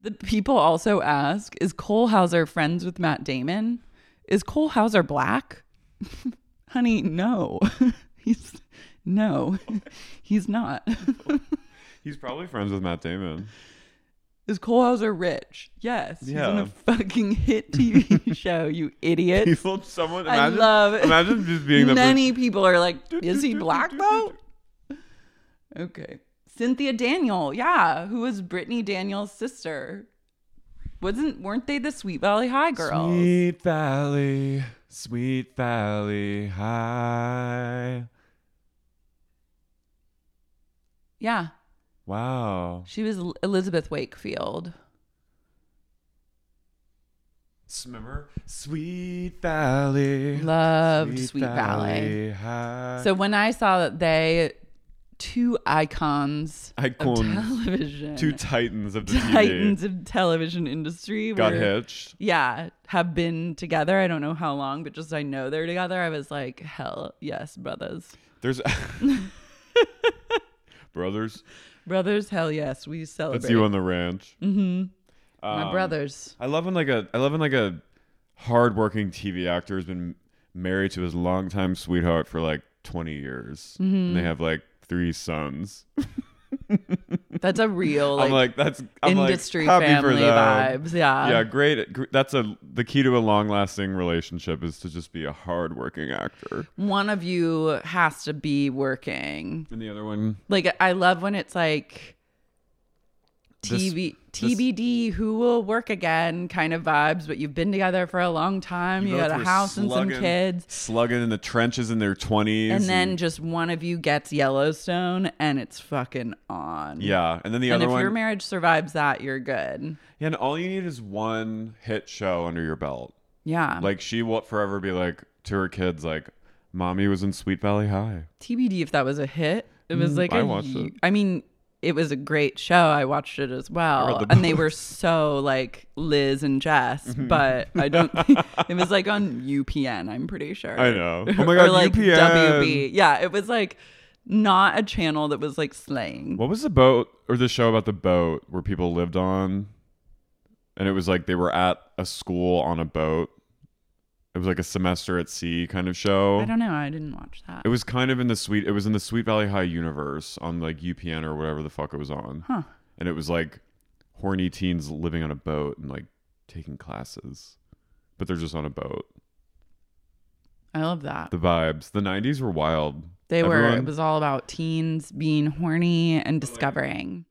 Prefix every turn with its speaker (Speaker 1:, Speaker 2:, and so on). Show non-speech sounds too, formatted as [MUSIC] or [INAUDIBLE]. Speaker 1: The people also ask Is Cole Hauser friends with Matt Damon? Is Cole Hauser black? [LAUGHS] Honey, no. [LAUGHS] he's no, [LAUGHS] he's not. [LAUGHS]
Speaker 2: He's probably friends with Matt Damon.
Speaker 1: Is Cole Hauser rich? Yes. He's in
Speaker 2: Yeah.
Speaker 1: a fucking
Speaker 2: [LAUGHS]
Speaker 1: hit TV show, you idiot.
Speaker 2: People, someone,
Speaker 1: I
Speaker 2: imagine,
Speaker 1: love it.
Speaker 2: imagine just being the
Speaker 1: Many people are
Speaker 2: [LAUGHS]
Speaker 1: like, [LAUGHS] is he black though? Okay. Cynthia Daniel, yeah, who was Brittany Daniels' sister. Wasn't weren't they the Sweet Valley High girls?
Speaker 2: Sweet Valley, Sweet Valley High.
Speaker 1: Yeah.
Speaker 2: Wow.
Speaker 1: She was El- Elizabeth Wakefield.
Speaker 2: Remember? Sweet Valley.
Speaker 1: Loved Sweet, Valley.
Speaker 2: High.
Speaker 1: So when I saw that they two icons
Speaker 2: Icons.
Speaker 1: of television
Speaker 2: Two titans of the
Speaker 1: [LAUGHS] titans of television industry
Speaker 2: TV got
Speaker 1: were-
Speaker 2: hitched.
Speaker 1: yeah, have been together. I don't know how long, but just I know they're together. I was like, hell yes, brothers.
Speaker 2: There's
Speaker 1: [LAUGHS]
Speaker 2: [LAUGHS] brothers.
Speaker 1: Brothers, hell yes. We celebrate.
Speaker 2: That's you um, on the ranch.
Speaker 1: My brothers.
Speaker 2: I love when like a I love when like a hardworking TV actor has been married to his longtime sweetheart for like 20 years, and they
Speaker 1: Mm-hmm.
Speaker 2: have like three sons.
Speaker 1: That's a real like,
Speaker 2: [LAUGHS] I'm like that's I'm like,
Speaker 1: industry
Speaker 2: happy for
Speaker 1: family
Speaker 2: them.
Speaker 1: vibes. Yeah.
Speaker 2: yeah, great. gr- That's a the key to a long lasting relationship is to just be a hardworking actor.
Speaker 1: One of you has to be working.
Speaker 2: And the other one,
Speaker 1: Like I love when it's like
Speaker 2: This-
Speaker 1: TV TBD who will work again kind of vibes, but you've been together for a long time. You,
Speaker 2: both
Speaker 1: got a
Speaker 2: were
Speaker 1: house and some
Speaker 2: slugging-
Speaker 1: kids.
Speaker 2: slugging in the trenches in their 20s,
Speaker 1: And then just one of you gets Yellowstone and it's fucking on.
Speaker 2: yeah, and then the
Speaker 1: and
Speaker 2: other
Speaker 1: if your
Speaker 2: one,
Speaker 1: marriage survives that, you're good.
Speaker 2: Yeah, and all you need is one hit show under your belt.
Speaker 1: Yeah.
Speaker 2: Like she will forever be like to her kids, like, "Mommy was in Sweet Valley High."
Speaker 1: TBD if that was a hit. It was like
Speaker 2: Mm, I
Speaker 1: a
Speaker 2: watched
Speaker 1: hu-
Speaker 2: it.
Speaker 1: I mean, it was a great show. I watched it as well,
Speaker 2: the [LAUGHS] Mm-hmm.
Speaker 1: and they were so like Liz and Jess, but
Speaker 2: [LAUGHS]
Speaker 1: I don't. [LAUGHS] think It was like on UPN. I'm pretty sure.
Speaker 2: I
Speaker 1: [LAUGHS]
Speaker 2: know. Oh my
Speaker 1: or
Speaker 2: God,
Speaker 1: like
Speaker 2: UPN.
Speaker 1: WB. Yeah, it was like not a channel that was like slaying.
Speaker 2: What was the boat or the show about the boat where people lived on? And it was like they were at a school on a boat. It was like a semester at sea kind of show.
Speaker 1: I don't know. I didn't watch that.
Speaker 2: It was kind of in the sweet. It was in the Sweet Valley High universe on like UPN or whatever the fuck it was on.
Speaker 1: Huh.
Speaker 2: And it was like horny teens living on a boat and like taking classes, but they're just on a boat.
Speaker 1: I love that.
Speaker 2: The vibes. The '90s were wild.
Speaker 1: They were. It
Speaker 2: Everyone-
Speaker 1: was all about teens being horny and discovering.